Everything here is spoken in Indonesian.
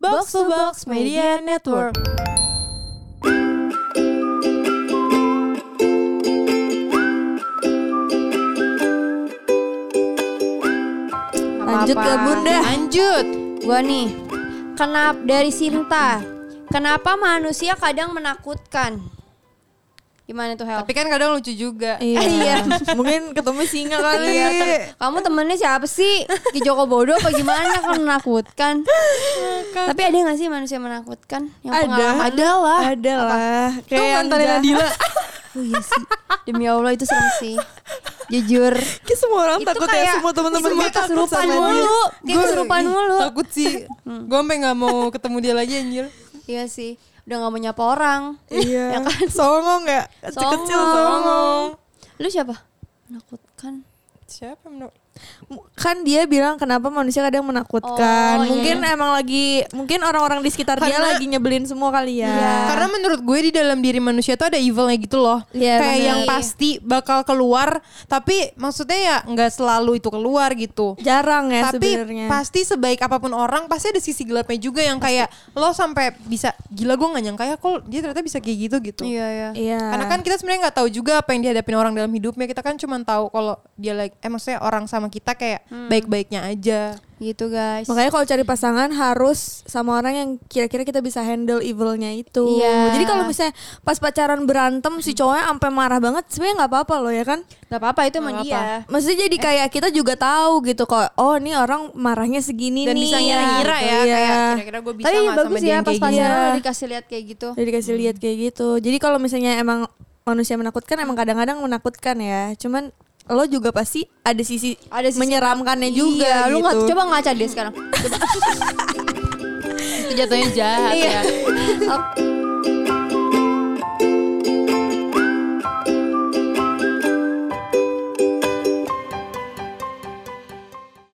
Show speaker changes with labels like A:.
A: Box to Box Media Network.
B: Lanjut ke Bunda.
A: Lanjut.
B: Gua nih. Kenapa dari Sinta? Kenapa manusia kadang menakutkan? Gimana tuh Hel?
C: Tapi kan kadang lucu juga.
B: Iya.
C: Mungkin ketemu singa kali.
B: Iya, ter- kamu temennya siapa sih? Ki Joko Bodo apa gimana kan menakutkan? Tapi ada gak sih manusia menakutkan? Yang pengalaman?
A: Adalah.
C: Ada lah. Ah, Kayak
B: mantannya
C: yang Nadila.
B: Oh iya sih. Demi Allah itu serem sih. Jujur.
C: Kayak semua orang
B: Itu
C: takut ya
B: kayak-
C: semua teman-teman
B: semua
C: gue takut
B: kesurupan
C: sama
B: mulu.
C: dia.
B: Kayak kesurupan
C: ih,
B: mulu.
C: Takut sih.
D: Hmm.
C: gue sampe gak mau ketemu dia lagi anjir.
B: Iya sih. Udah gak mau nyapa orang.
C: Iya. Songong ya. Kecil-kecil
B: Songong.
C: songong.
B: Lu siapa? Menakutkan.
C: Siapa menurut?
D: kan dia bilang kenapa manusia kadang menakutkan.
B: Oh, iya.
D: mungkin emang lagi mungkin orang-orang di sekitar dia
C: Karena- Iya.
D: lagi nyebelin semua kali ya.
C: Karena menurut gue di dalam diri manusia tuh ada evilnya gitu loh.
D: Iya,
C: Kayak
D: bener.
C: yang pasti bakal keluar, tapi maksudnya ya nggak selalu itu keluar gitu.
D: jarang ya
C: tapi
D: sebenarnya.
C: pasti sebaik apapun orang pasti ada sisi gelapnya juga yang kayak lo sampai bisa gila gue nggak nyangka ya kok dia ternyata bisa kayak gitu gitu.
B: Iya, iya.
D: Iya.
C: Karena kan kita sebenarnya nggak tahu juga apa yang dihadapin orang dalam hidupnya. Kita kan cuma tahu kalau dia like, eh maksudnya orang sama kita kayak
D: Hmm.
C: baik-baiknya aja.
B: Gitu guys.
D: makanya kalau cari pasangan harus sama orang yang kira-kira kita bisa handle evilnya itu.
B: Iya.
D: Jadi kalau misalnya pas pacaran berantem si cowoknya sampai marah banget sebenarnya nggak apa-apa loh ya kan.
C: Iya.
B: Gak apa-apa itu emang dia.
D: Maksudnya
C: Eh.
D: jadi kayak kita juga tahu gitu kok. Oh, ini orang marahnya segini
C: Dan
D: nih.
C: bisa ngira-ngira ya,
D: Iya.
C: kayak kira-kira gue bisa
B: Tapi
C: nggak sama
B: bagus
C: dia
B: ya
C: yang
B: pas
C: kayak gini.
B: pacaran
D: gini.
B: udah dikasih lihat kayak gitu.
D: Jadi dikasih lihat kayak gitu. Jadi kalau misalnya emang manusia menakutkan emang kadang-kadang menakutkan ya. Cuman lo juga pasti ada sisi,
B: Ada sisi-
D: menyeramkannya juga
B: iya, lu nggak
D: gitu.
B: coba ngaca dia sekarang.
C: Itu jatuhnya jahat ya.
B: Oke.